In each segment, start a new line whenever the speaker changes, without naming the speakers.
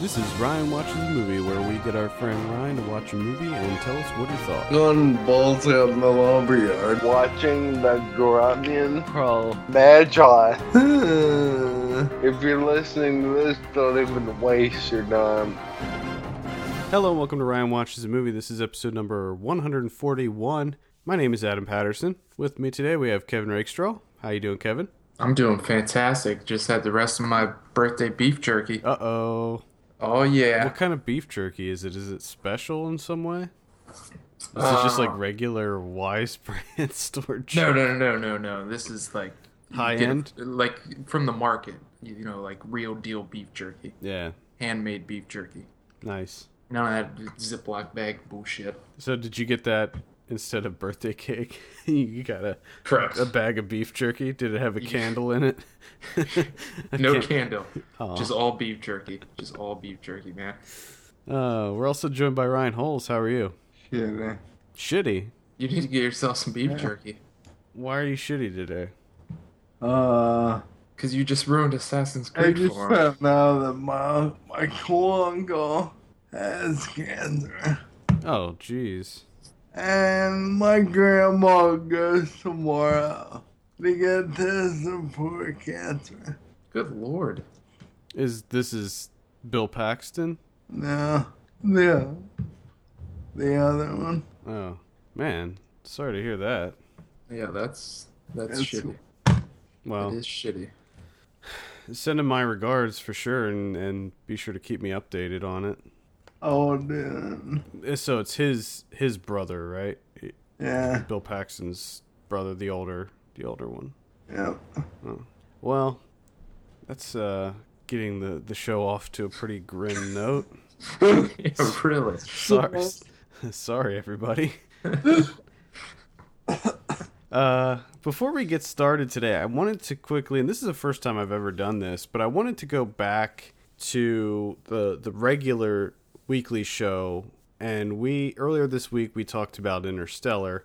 This is Ryan Watches a Movie, where we get our friend Ryan to watch a movie and tell us what he thought.
Gun balls out in the lumber yard.
watching the Goramian
Pro.
Magi.
Hello,
If you're listening to this, don't even waste your time.
Hello, and welcome to Ryan Watches a Movie. This is episode number 141. My name is Adam Patterson. With me today, we have Kevin Rakestraw. How you doing, Kevin?
I'm doing fantastic. Just had the rest of my birthday beef jerky.
Uh oh.
Oh yeah.
What kind of beef jerky is it? Is it special in some way? Is it just like regular Wise brand store
No, no, no, no, no. This is like you
High
get it,
end?
like from the market. You you know, like real deal beef jerky,
Yeah,
handmade beef jerky.
nice.
None of that Ziploc bag bullshit.
So, did you get that instead of birthday cake? you got a,
Correct.
a bag of beef jerky? Did it have a candle in it? I
No
can't-
candle.
Aw.
Just all beef jerky. Just all beef jerky, man.
Uh, we're also joined by Ryan Holes. How are you? Shitty.
You need to get yourself some beef jerky.
Why are you shitty today?
Uh,
Cause you just ruined Assassin's
I
Creed
just uh,
for him.
found out that my my cool uncle has cancer,
Oh, jeez.
and my grandma goes tomorrow to get tested for cancer.
Good lord.
Is this is Bill Paxton?
No, no, the other one.
Oh man, sorry to hear that.
Yeah, that's that's,
That's-
shitty. That
Well,
is shitty.
send him my regards for sure, and and be sure to keep me updated on it. Eh,
Oh, dude.
So it's his his brother, right?
Yeah.
Bill Paxton's brother, the older the older one.
Yep.
Well, that's uh getting the the show off to a pretty grim note.
Yeah, really.
Sorry, sorry, everybody. uh, before we get started today, I wanted to quickly, and this is the first time I've ever done this, but I wanted to go back to the the regular weekly show, and we earlier this week we talked about Interstellar,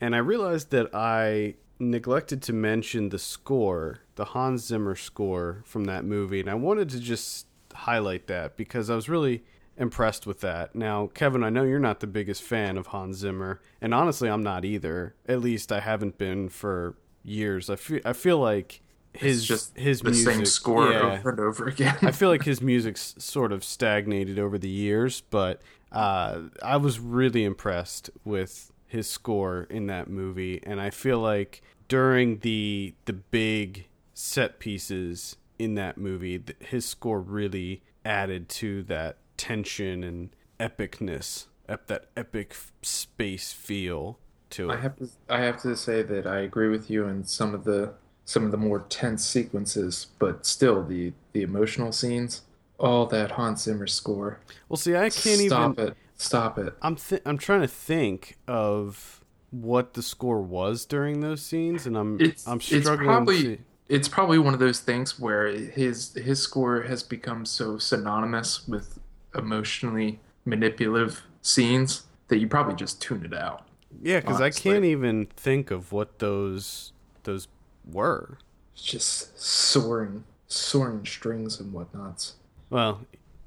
and I realized that I neglected to mention the score, the Hans Zimmer score from that movie, and I wanted to just highlight that because I was really impressed with that. Now, Kevin, I know you're not the biggest fan of Hans Zimmer, and honestly, I'm not either. At least I haven't been for years. I feel I feel like his
It's just
his
the
music,
same score
yeah.
over and over again.
I feel like his music's sort of stagnated over the years, but uh, I was really impressed with his score in that movie, and I feel like during the the big set pieces in that movie, th- his score really added to that tension and epicness, ep- that epic f- space feel to
I
it.
have to I have to say that I agree with you in some of the some of the more tense sequences, but still the the emotional scenes, all that Hans Zimmer score.
Well, see, I can't even
Stop it. Stop it.
I'm th- I'm trying to think of what the score was during those scenes, and I'm
It's
I'm
it's
struggling.
probably
to-
it's probably one of those things where his his score has become so synonymous with emotionally manipulative scenes that you probably just tune it out.
yeah, because I
honestly.
can't even think of what those those were.
It's just soaring soaring strings and whatnots.
Well,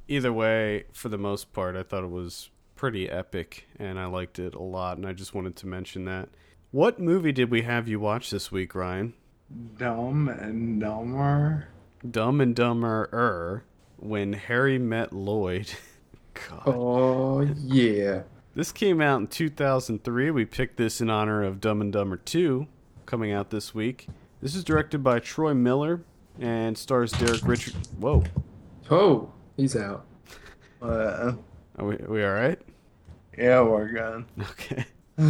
either way, for the most part, I thought it was pretty epic, and I liked it a lot, and I just wanted to mention that. What movie did we have you watch this week, Ryan?
Dumb and dumber.
Dumb and Dumber Er, when Harry met Lloyd. God.
Oh yeah.
This came out in 2003. We picked this in honor of Dumb and Dumber 2 coming out this week. This is directed by Troy Miller and stars Derek Richard. Whoa,
Oh, he's out.
But,
are we, are we all right?
yeah, we're good.
Okay.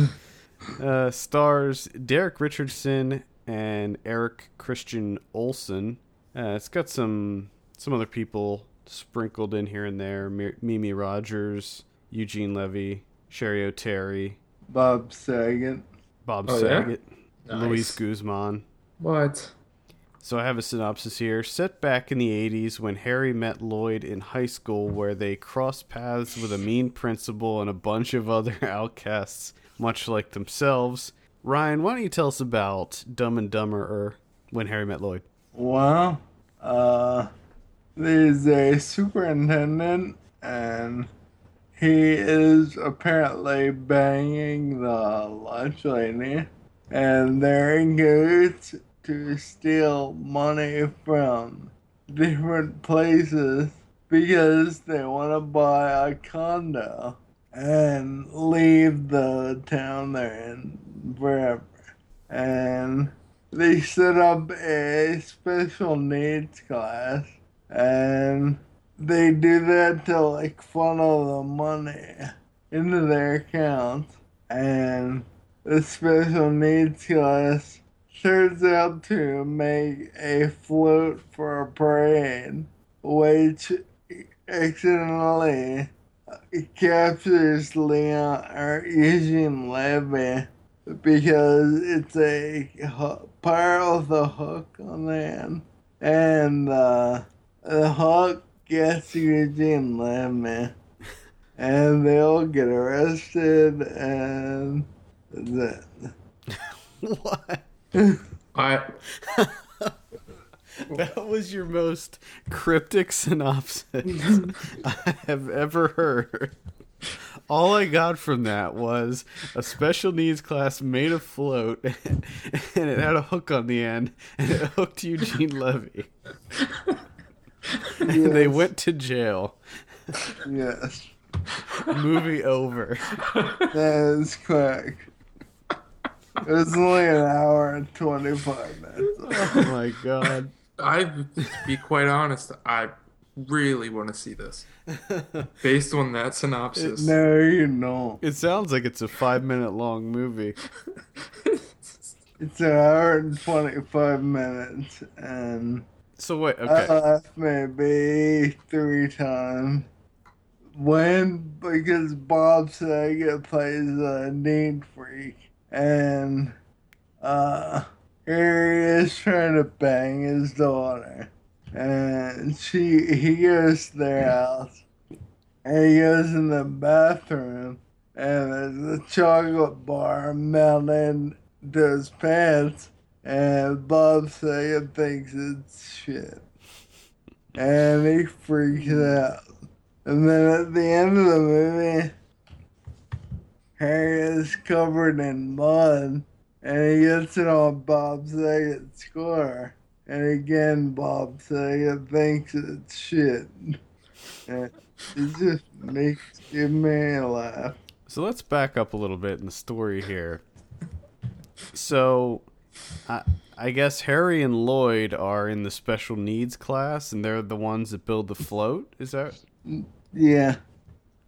uh, stars Derek Richardson and Eric Christian Olsen. Uh, it's got some some other people sprinkled in here and there. Mi- Mimi Rogers, Eugene Levy, Sherry O'Terry,
Bob Saget.
Bob
Oh, yeah?
Saget, Luis Guzman.
What?
So I have a synopsis here. Set back in the 80s when Harry met Lloyd in high school, where they cross paths with a mean principal and a bunch of other outcasts, much like themselves. Ryan, why don't you tell us about Dumb and Dumber when Harry met Lloyd?
Well, uh, There's a superintendent, and he is apparently banging the lunch lady, and they're engaged to steal money from different places because they want to buy a condo and leave the town they're in forever. And they set up a special needs class and they do that to like funnel the money into their accounts and the special needs class turns out to make a float for a parade which accidentally captures Leon or Eugene Levy because it's a ho- part with a hook on the end. And uh, the hook gets Eugene Levy. And they'll get arrested and the,
What?
I
That was your most cryptic synopsis I have ever heard. All I got from that was a special needs class made a float and it had a hook on the end and it hooked Eugene Levy. And they went to jail.
yes,
Movie over.
that is quick. It was only an hour and 25 minutes.
Oh my god.
I to be quite honest, I really want to see this. Based on that synopsis.
No, you don't.
It sounds like it's a five minute long movie.
It's an hour and 25 minutes, and
So wait,
I
okay.
laughed maybe three times. When? Because Bob Saget plays a need freak, and uh, here he is trying to bang his daughter. And she, he goes to their house, and he goes in the bathroom, and there's a chocolate bar melted to his pants, and Bob Saget thinks it's shit. And he freaks out. And then at the end of the movie, Harry is covered in mud and he gets it on Bob Saget's score. And again, Bob Saget thinks it's shit. And it just makes it me laugh.
So let's back up a little bit in the story here. So, I, I guess Harry and Lloyd are in the special needs class, and they're the ones that build the float. Is that
Yeah.
okay?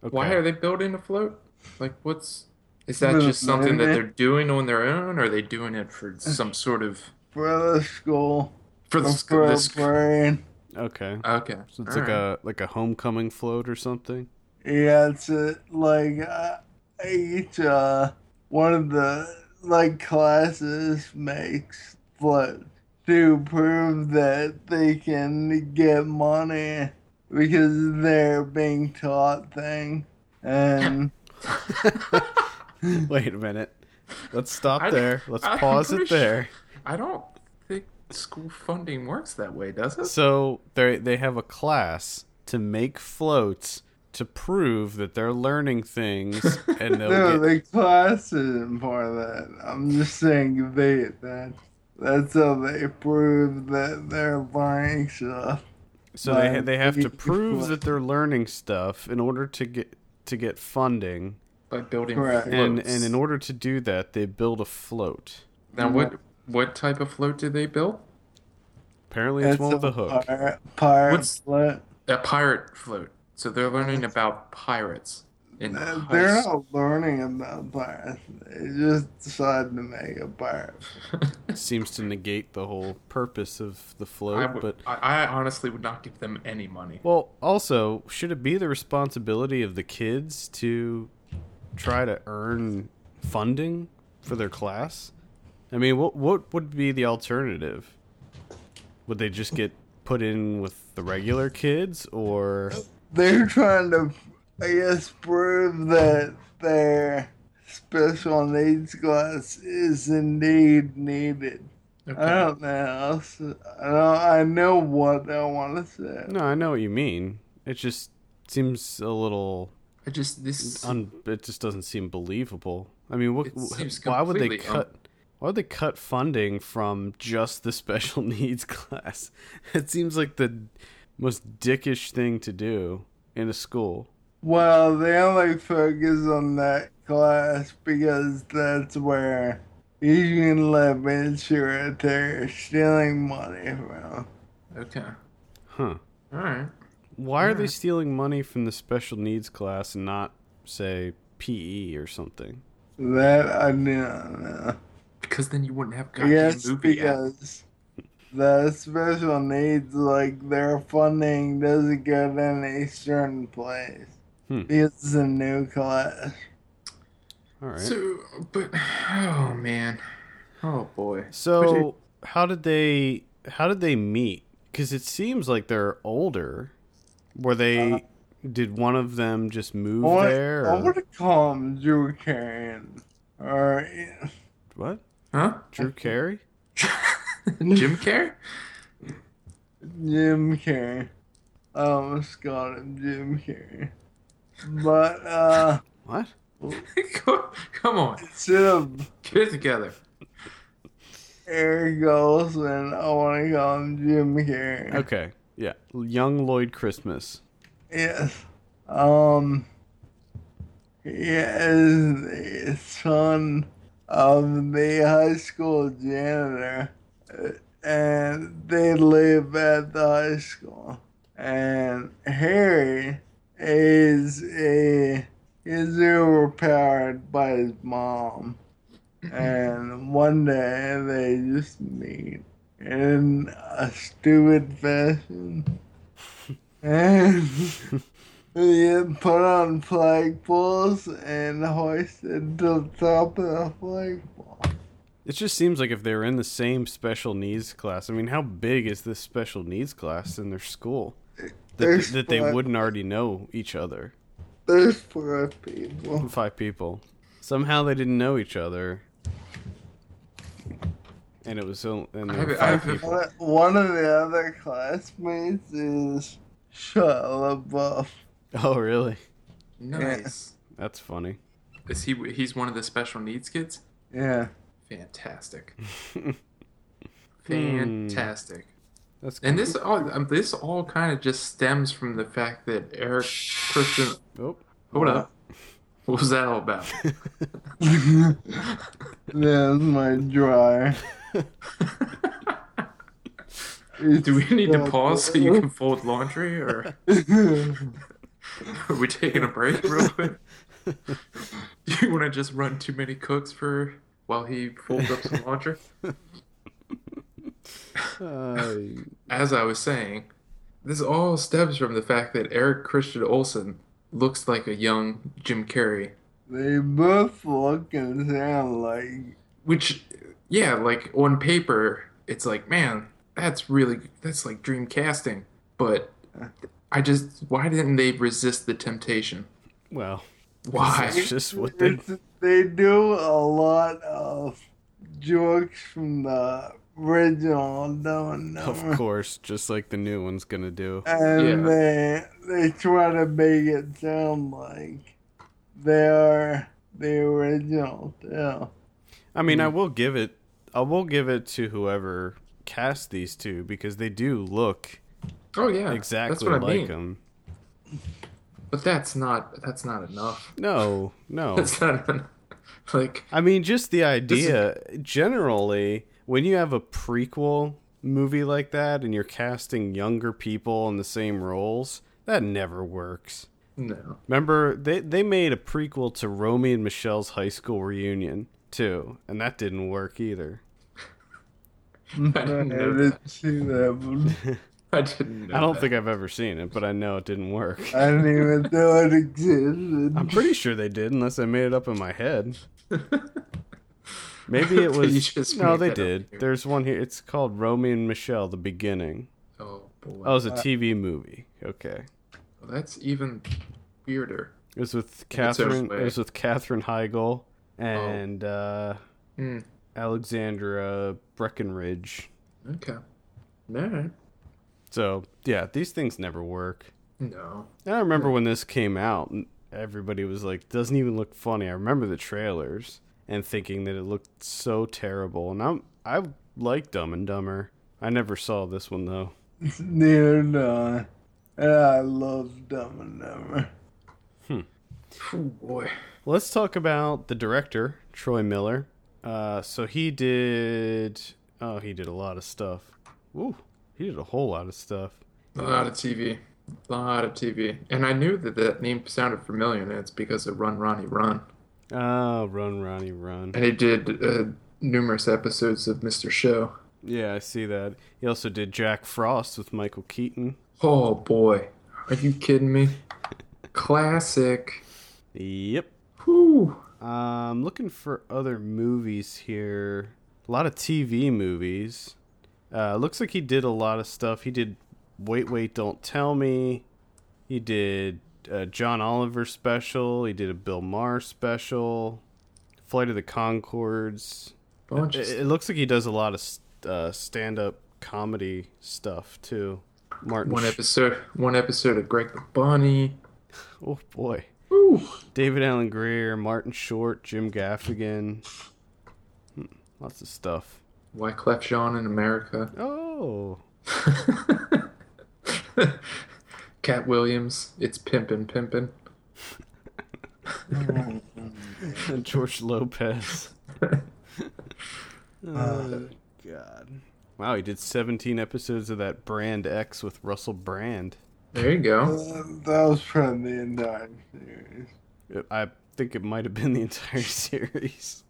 Why are they building a float? Like, what's is that
No,
just something that
man.
they're doing on their own, or are they doing it for some sort of
For the school,
for the, sc-
for
the
the
sc-
brain.
okay?
Okay,
So it's
all
like
right.
a like a homecoming float or something.
Yeah, it's uh, like uh, each uh, one of the like classes makes float to prove that they can get money because they're being taught things. And
Wait a minute. Let's stop
I-
there. Let's
I'm
pause
pretty
it there.
I don't think school funding works that way, does it?
So they they have a class to make floats to prove that they're learning things, and they'll
no,
get
the class isn't part of that. I'm just saying they that that's how they prove that they're learning stuff.
So they
But
they have
we-
to prove that they're learning stuff in order to get to get funding,
By building
Correct.
and
floats.
and in order to do that, they build a float.
now, what what type of float do they build?
Apparently, it's one with a hook.
Pirate, pirate
What's-
float.
A pirate float. So they're learning about pirates. In
Uh,
high
They're
school.
not learning about pirates. They just decided to make a pirate.
It seems to negate the whole purpose of the float.
I, would,
but
I, I honestly would not give them any money.
well, also, should it be the responsibility of the kids to try to earn funding for their class? I mean, what what would be the alternative? Would they just get put in with the regular kids, or?
They're trying to, I guess, prove that their special needs class is indeed needed.
Oh.
Okay.
I don't know. I'll s- I don't, I know what I want to say.
No, I know what you mean. It just seems a little
I just this
un- it just doesn't seem believable. I mean, what,
It seems
why would they
completely un-
cut? why would they cut funding from just the special needs class? It seems like the most dickish thing to do in a school.
Well, they only focus on that class because that's where you can leverage your they're stealing money from.
okay.
Huh?
All right.
Why are they
Yeah.
stealing money from the special needs class and not say PE or something?
That I do not know.
Because then you wouldn't have gotten
Yes,
the movie. out.
because the special needs, like their funding, doesn't go to any certain place.
Hmm.
It's a new class.
All right.
So, but oh man, oh boy.
So how did they how did they meet? Because it seems like they're older. Were they? did one of them just move
I wanna-
there?
I
Uh-huh. or-
want to call him Drew Carrion. Or
what?
Huh?
Drew Carey?
Jim Carrey?
Jim Carrey. I almost called him Jim Carrey. But, uh,
What?
Come on,
instead of
get it together.
Eric Olsen, I want to call him Jim Carrey.
Okay. Yeah. Young Lloyd Christmas.
Yes. Um. He is the son of the high school janitor, uh, and they live at the high school. And Harry is a is overpowered by his mom, and one day they just meet in a stupid fashion. And we had put on flagpoles and hoisted to the top of the flagpole.
It just seems like if they were in the same special needs class. I mean, how big is this special needs class in their school? That,
There's
that they
five-
wouldn't already know each other.
There's four people.
Five people. Somehow they didn't know each other. And it was so. And there
I
were
have- I
five
have-
people.
One one of the other classmates is Shia LaBeouf.
Oh, really?
Nice.
That's funny.
Is he? He's one of the special needs kids.
Yeah.
Fantastic. Fantastic.
That's
And this all um, this all kind of just stems from the fact that Eric Christian.
Oh,
Hold up. What was that all about?
That's my dryer.
Do we need to pause so you can fold laundry, or are we taking a break real quick? Do you want to just run too many cooks for while he folds up some laundry?
uh,
as I was saying, this all stems from the fact that Eric Christian Olsen looks like a young Jim Carrey,
They both look and sound like
which, yeah, like on paper, it's like, man, that's really, that's like dream casting. But I just, why didn't they resist the temptation?
well,
Why?
that's just what they.
It's- they do a lot of jokes from the original Dumb and Dumber.
Uh.
Of course, just like the new one's gonna do.
And
Yeah.
they they try to make it sound like they are the original too.
I mean,
Mm.
I will give it. I will give it to whoever cast these two because they do look
Oh, yeah. That's
exactly
what I
like
mean.
them.
But that's not, that's not enough.
No, no.
That's not enough. Like,
I mean, just the
is-
idea. Generally, when you have a prequel movie like that and you're casting younger people in the same roles, that never works.
no.
Remember, they they made a prequel to Romy and Michelle's high school reunion too, and that didn't work either.
I didn't
I
know that.
didn't see that one.
I didn't know
I don't
that.
think I've ever seen it, but I know it didn't work.
I didn't even know it existed.
I'm pretty sure they did, unless I made it up in my head. Maybe it
Okay,
was.
you just
no,
made
they
that up
did.
here.
There's one here. It's called Romy and Michelle: The Beginning.
Oh, boy.
Oh, it was a TV movie. Okay,
Well, that's even weirder.
it was with
it's over
Catherine. It
way.
was with Catherine Heigl and uh,
Hmm.
Alexandra, Breckenridge.
Okay. All right.
So yeah, these things never work.
No.
And I remember when this came out, and everybody was like, "Doesn't even look funny." I remember the trailers and thinking that it looked so terrible. And I'm I like Dumb and Dumber. I never saw this one though.
Neither do I. And I love Dumb and Dumber.
Oh boy.
Let's talk about the director, Troy Miller. Uh, so he did. Oh, he did a lot of stuff. Ooh, he did a whole lot of stuff.
A lot of TV. A lot of TV. And I knew that that name sounded familiar, and it's because of Run Ronnie Run.
Oh, run, Ronnie, run.
And he did uh, numerous episodes of Mr. Show.
Yeah, I see that. He also did Jack Frost with Michael Keaton.
Oh boy. Are you kidding me? Classic.
Yep.
Whew.
Um, looking for other movies here. A lot of TV movies. Uh, looks like he did a lot of stuff. He did Wait, Wait, Don't Tell Me. He did a John Oliver special. He did a Bill Maher special. Flight of the Concords.
Bunch
It,
of
it looks like he does a lot of s- uh, stand up comedy stuff, too. Martin.
One
Sh-
episode, one episode of Greg the Bunny.
oh, boy.
Ooh,
David Allen Greer, Martin Short, Jim Gaffigan. Hmm, Lots of stuff.
Wyclef Jean in America.
Oh,
Cat Williams, it's pimpin' pimpin'.
and George Lopez.
Uh,
oh, God. Wow, he did 17 episodes of that Brand X with Russell Brand.
There you go.
That that was from the entire series.
It- I think it might have been the entire series.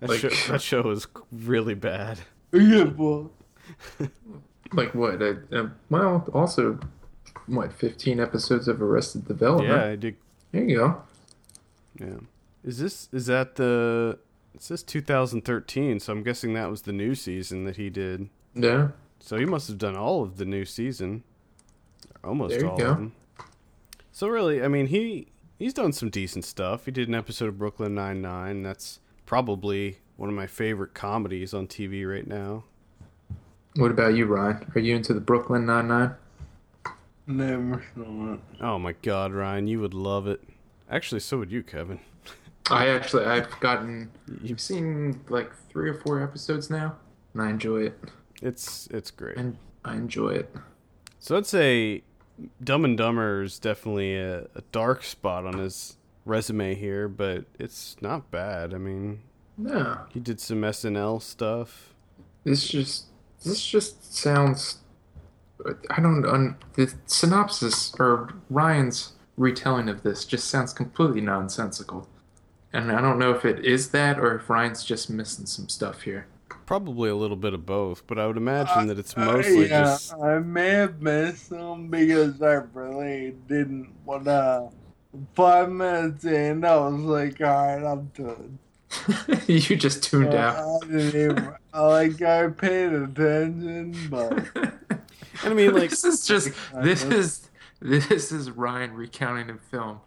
That,
Like-
show, that show was really bad.
Yeah, boy.
Like what? Uh, uh, well, also, what? Fifteen episodes of Arrested Development.
Yeah, I did.
There you go.
Yeah. Is this, is that the, it says 2013, so I'm guessing that was the new season that he did.
Yeah.
So he must have done all of the new season, almost
There you
all
go.
of them. So really, I mean, he he's done some decent stuff. He did an episode of Brooklyn Nine Nine. That's probably one of my favorite comedies on TV right now.
What about you, Ryan? Are you into the Brooklyn Nine Nine?
Never saw it.
Oh my God, Ryan, you would love it. Actually, so would you, Kevin.
I actually, I've gotten,
You-
I've seen like three or four episodes now, and I enjoy it.
It's it's great.
And I enjoy it.
So I'd say Dumb and Dumber is definitely a, a dark spot on his resume here, but it's not bad. I mean,
No,
he did some SNL stuff.
this just this just sounds i don't un, the synopsis or ryan's retelling of this just sounds completely nonsensical and i don't know if it is that or if ryan's just missing some stuff here
Probably a little bit of both, but I would imagine that it's
Uh,
mostly
yeah,
just
I may have missed some because I really didn't want to. Five minutes in, I was like, alright, I'm done.
you just tuned
Uh, I didn't even, I, like, I paid attention, but.
out
I mean like
this is just this
Uh-huh.
is this is ryan recounting in film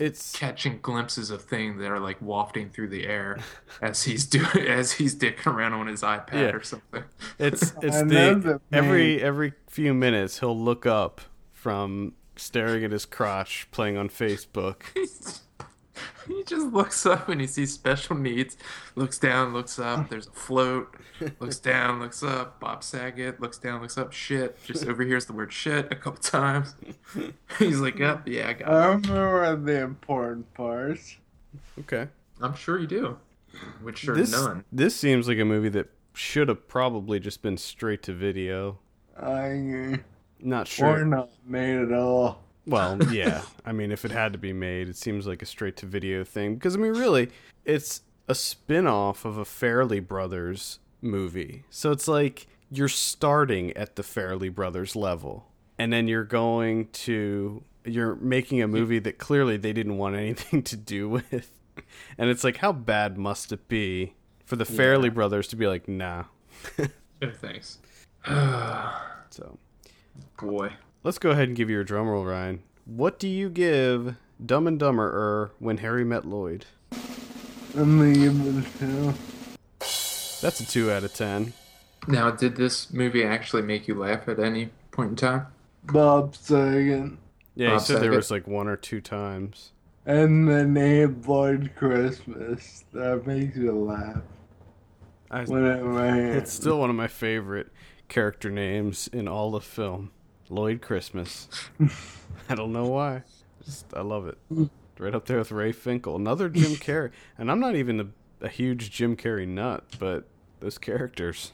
it's
catching glimpses of things that are like wafting through the air as he's doing as he's dicking around on his ipad
Yeah.
or something
it's it's
I love
the
it,
every every few minutes he'll look up from staring at his crotch playing on Facebook.
He's- he just looks up and he sees special needs, looks down, looks up, there's a float, looks down, looks up, Bob Saget, looks down, looks up, shit, just overhears the word shit a couple times. He's like, yep, yeah, I
I
Um,
got it.
remember the important parts.
Okay.
I'm sure you do. Which sure
This
none.
this seems like a movie that should have probably just been straight to video.
I,
Not
Or
sure.
not made at all.
Well, yeah. I mean, if it had to be made, it seems like a straight to video thing because I mean, really, it's a spin-off of a Fairley Brothers movie. So it's like you're starting at the Fairley Brothers level and then you're going to you're making a movie that clearly they didn't want anything to do with. And it's like how bad must it be for the Fairley Brothers to be like, "Nah."
No thanks.
So,
Boy.
let's go ahead and give you your drum roll, Ryan. What do you give Dumb and Dumber when Harry met Lloyd?
Let me give it a two.
That's a two out of ten.
Now, did this movie actually make you laugh at any point in time?
Bob Sagan.
Yeah, he
Bob
said there
Saget.
was like one or two times.
And the name Blood Christmas. That makes you laugh.
I,
Whatever.
it's still one of my favorite character names in all of film. Lloyd Christmas. I don't know why. Just, I love it. Right up there with Ray Finkel. Another Jim Carrey. And I'm not even a, a huge Jim Carrey nut, but those characters.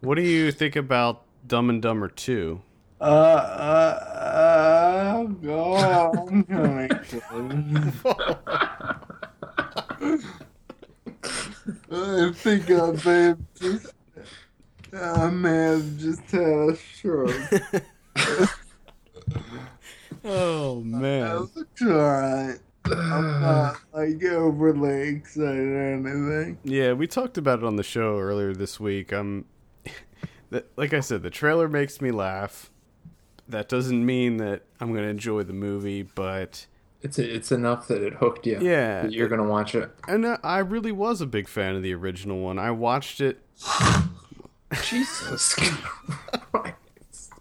What do you think about Dumb and Dumber 2?
Uh, uh, uh, go on, Huntington. I think I may have just, I may have just had a stroke.
Oh,
I
man.
looked alright. I'm not like overly excited or anything.
Yeah, we talked about it on the show earlier this week. Um, the, like I said, the trailer makes me laugh. That doesn't mean that I'm going to enjoy the movie, but
It's it's enough that it hooked you.
Yeah.
that you're gonna watch it.
and uh, I- I really was a big fan of the original one. I watched it.
Jesus. Christ.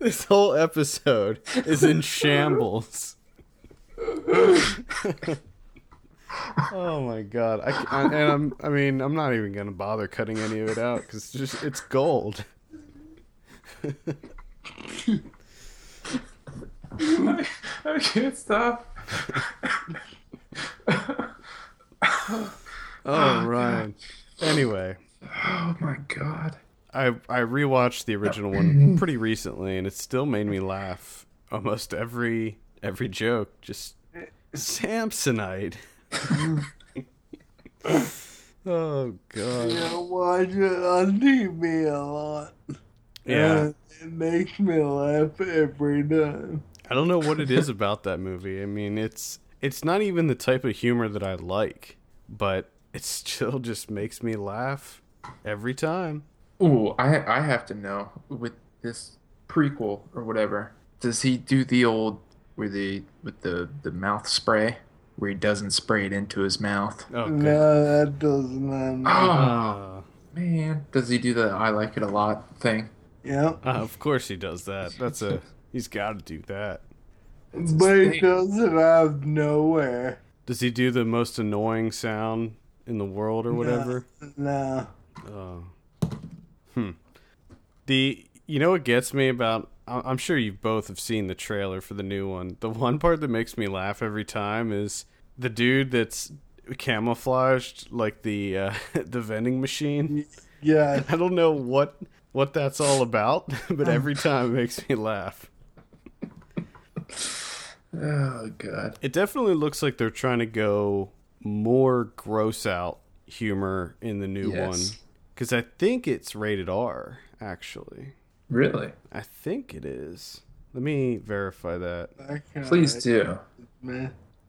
This whole episode is in shambles. oh my god! I, ca- I- and I'm I mean I'm not even gonna bother cutting any of it out because just it's gold.
I can't stop.
Oh, Ryan. Anyway,
Oh my god.
I I rewatched the original one pretty recently, and it still made me laugh. Almost every every joke, just Samsonite. oh god.
I watch it on TV a lot.
Yeah,
And it makes me laugh every time.
I don't know what it is about that movie. I mean, it's it's not even the type of humor that I like, but it still just makes me laugh every time.
Ooh, I I have to know with this prequel or whatever. Does he do the old where the with the the mouth spray where he doesn't spray it into his mouth?
Oh god.
No, that doesn't end.
Oh
Uh,
man, does he do the I like it a lot thing?
Yep.
uh, of course he does that. That's a he's got to do that.
It's his
But it
thing.
doesn't have nowhere.
Does he do the most annoying sound in the world or whatever?
Uh, No.
Oh. Hmm. The you know what gets me about I- I'm sure you both have seen the trailer for the new one. The one part that makes me laugh every time is the dude that's camouflaged like the uh, the vending machine.
Yeah.
I don't know what what that's all about, but every time it makes me laugh.
Oh god.
It definitely looks like they're trying to go more gross out humor in the new one
Yes.
because I think it's rated R actually.
Really?
I think it is. Let me verify that.
that kinda
Please
irks
do.
me.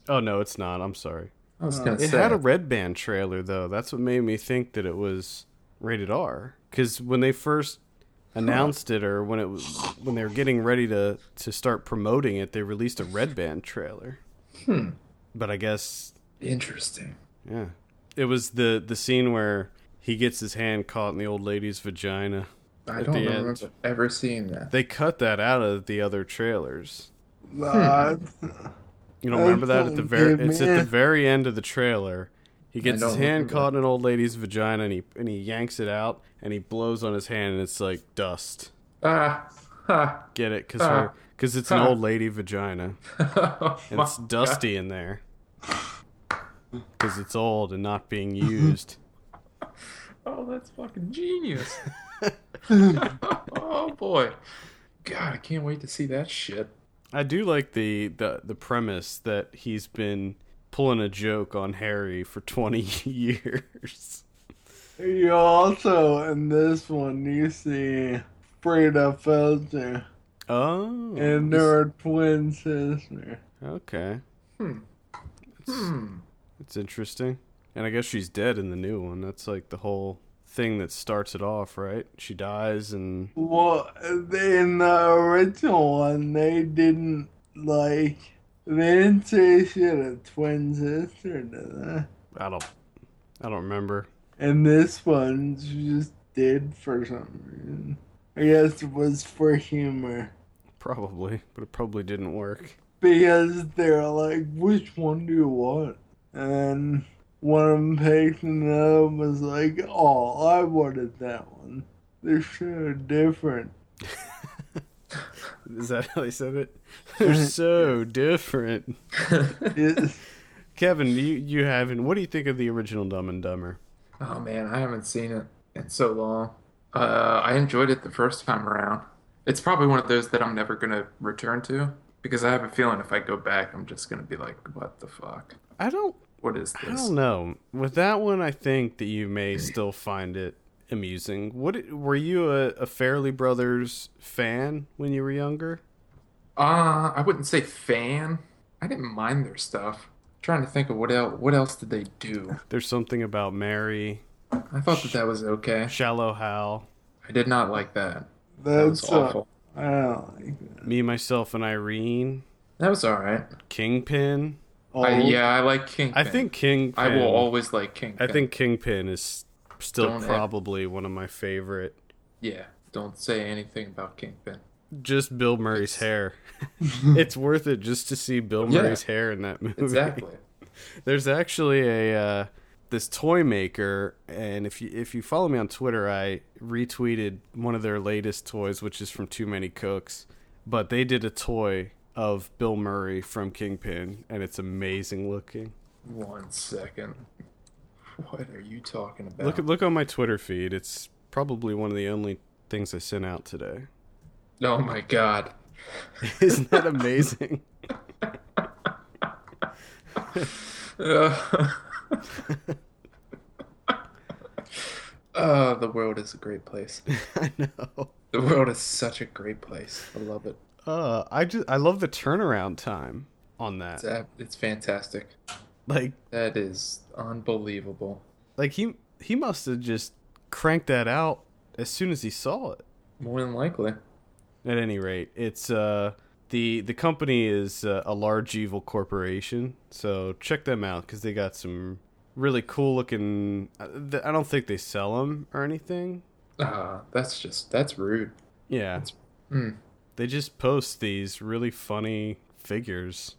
Oh no, it's not. I'm sorry.
I was gonna
It
say
had a red band trailer though. That's what made me think that it was rated R. Because when they first announced it, or when it was when they were getting ready to to start promoting it, they released a red band trailer.
Hmm.
But I guess
interesting.
yeah, it was the the scene where he gets his hand caught in the old lady's vagina.
I
At
don't
the
remember
end.
ever seeing that.
They cut that out of the other trailers.
Hmm.
Nah,
You don't
Oh,
remember that at the
fucking
very?
good
It's at the
man.
very end of the trailer. He gets
don't
his hand
remember
caught in an old lady's vagina, and he and he yanks it out, and he blows on his hand, and it's like dust.
Ah, ha.
Get it? Because
Ah.
because it's an
Ah.
old lady vagina,
Oh
and it's
my
dusty in there. Because it's old and not being used.
Oh, that's fucking genius. oh boy. God, I can't wait to see that shit.
I do like the, the the premise that he's been pulling a joke on Harry for twenty years.
you also in this one you see Frida Felcher
Oh,
and her twin sister.
okay.
Hmm.
It's interesting. And I guess she's dead in the new one. That's like the whole thing that starts it off, right? She dies and
Well, in the original one, they didn't like They didn't say she had a twin sister, did they?
I don't. I don't remember.
And this one she just did for some reason. I guess it was for humor.
Probably, but it probably didn't work.
Because they're like, which one do you want? And one of them picked and the other one was like, oh, I wanted that one. They're so different.
Is that how they said it? They're so different.
It's,
Kevin, you you haven't. What do you think of the original Dumb and Dumber?
Oh man, I haven't seen it in so long. Uh, I enjoyed it the first time around. It's probably one of those that I'm never gonna return to because I have a feeling if I go back, I'm just gonna be like, "What the fuck?
I don't.
What is
I
this?"
don't know. With that one, I think that you may still find it amusing. What were you a, a Fairley Brothers fan when you were younger?
Uh, I wouldn't say fan. I didn't mind their stuff. trying to think of what else. What else did they do?
There's something about Mary,
I thought that that was okay.
Shallow Hal,
I did not like that. That was
that's
uh,
awful.
I I don't like that.
Me, Myself, and Irene,
That was all right.
Kingpin.
I,
Oh,
yeah, I like Kingpin.
I think Kingpin.
I will always like
I
Kingpin.
think Kingpin is still
Don't have-
probably one of my favorite.
Yeah, don't say anything about Kingpin.
Just Bill Murray's hair. it's worth it just to see Bill
Yeah.
Murray's hair in that movie.
Exactly.
There's actually a uh, this toy maker, and if you if you follow me on Twitter, I retweeted one of their latest toys, which is from Too Many Cooks. But they did a toy of Bill Murray from Kingpin, and it's amazing looking.
One second. What are you talking about?
Look look on my Twitter feed. It's probably one of the only things I sent out today.
oh my god.
Isn't that amazing?
Uh, Uh, the world is a great place.
I know.
The world is such a great place. I love it.
Uh, I just I love the turnaround time on that.
It's, ab- it's fantastic.
Like
That is unbelievable.
like he he must have just cranked that out as soon as he saw it.
More than likely.
At any rate, it's uh the the company is uh, a large evil corporation, so check them out because they got some really cool looking. I I don't think they sell them or anything.
Uh, that's just that's rude.
Yeah,
Mm.
they just post these really funny figures.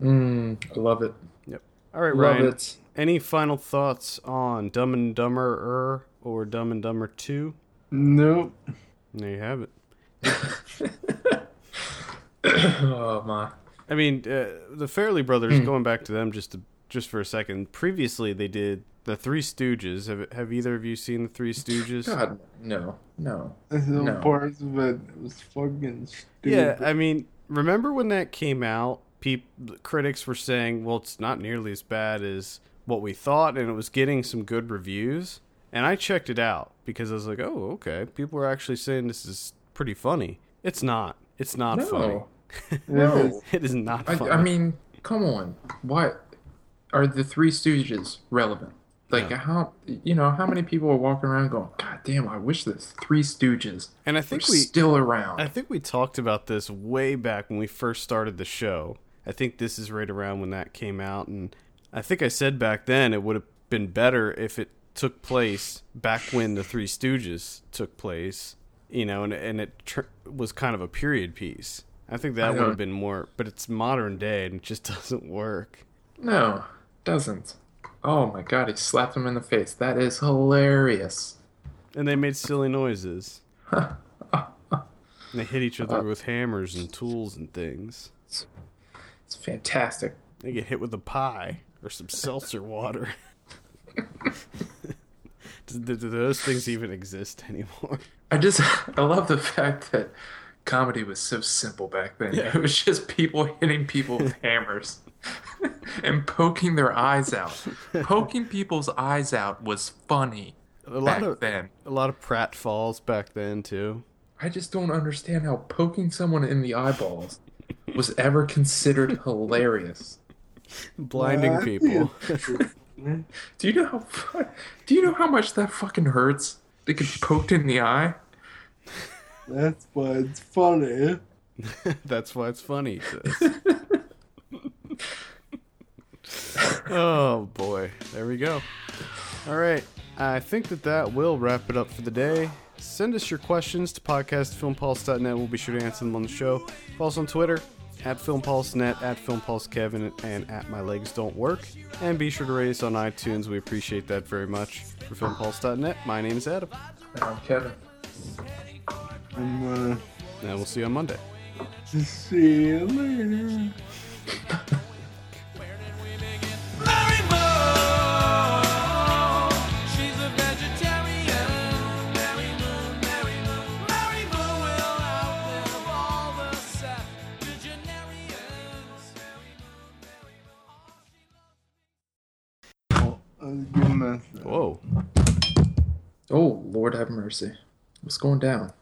Mm, I love it.
All right,
Love
Ryan.
it.
Any final thoughts on Dumb and Dumber or Dumb and Dumber Two?
Nope.
There you have it.
oh my.
I mean, uh, the Fairley Brothers. Going back to them just to, just for a second. Previously, they did the Three Stooges. Have Have either of you seen the Three Stooges?
God, no, no.
The
No.
parts of it was fucking stupid.
yeah, I mean, remember when that came out? Peop critics were saying, "Well, it's not nearly as bad as what we thought," and it was getting some good reviews. And I checked it out because I was like, "Oh, okay." People are actually saying this is pretty funny. It's not. It's not
No.
funny.
No.
It is not
I,
funny.
I mean, come on. Why are the Three Stooges relevant? Like
No.
how you know how many people are walking around going, God damn, I wish the Three Stooges
and I
were
think we
still around.
I think we talked about this way back when we first started the show. I think this is right around when that came out, and I think I said back then it would have been better if it took place back when the Three Stooges took place, you know, and and it tr- was kind of a period piece. I think that would
don't-
have been more, but it's modern day and it just doesn't work.
no, doesn't. Oh my God, he slapped him in the face. That is hilarious.
And they made silly noises. And they hit each other with hammers and tools and things.
It's fantastic.
They get hit with a pie or some seltzer water. do, do- do those things even exist anymore?
I just I love the fact that comedy was so simple back then.
Yeah.
It was just people hitting people with hammers and poking their eyes out. Poking people's eyes out was funny
A lot
back
of
then.
a lot of Pratt falls back then too.
I just don't understand how poking someone in the eyeballs was ever considered hilarious.
Blinding
Well, I think
people.
Do you know how fu- do you know how much that fucking hurts? They get poked in the eye.
That's why it's funny.
That's why it's funny. he says. oh boy, there we go. All right, I think that that will wrap it up for the day. Send us your questions to podcastfilmpulse.net. We'll be sure to answer them on the show. Follow us on Twitter at filmpulsenet, at filmpulsekevin, and at my legs don't work. And be sure to rate us on iTunes. We appreciate that very much. For filmpulse.net, my name is Adam,
And I'm Kevin.
I'm gonna
and we'll see you on Monday.
see you later.
Where did we begin? Mary Moore, she's a vegetarian. Mary Moore, Mary Moore, Mary Moore will outlive all the septuagenarians. Mary Moore, Mary Moore,
Well, that Oh, was a
all she loves.
good message.
Whoa.
Oh, Lord have mercy. What's going down?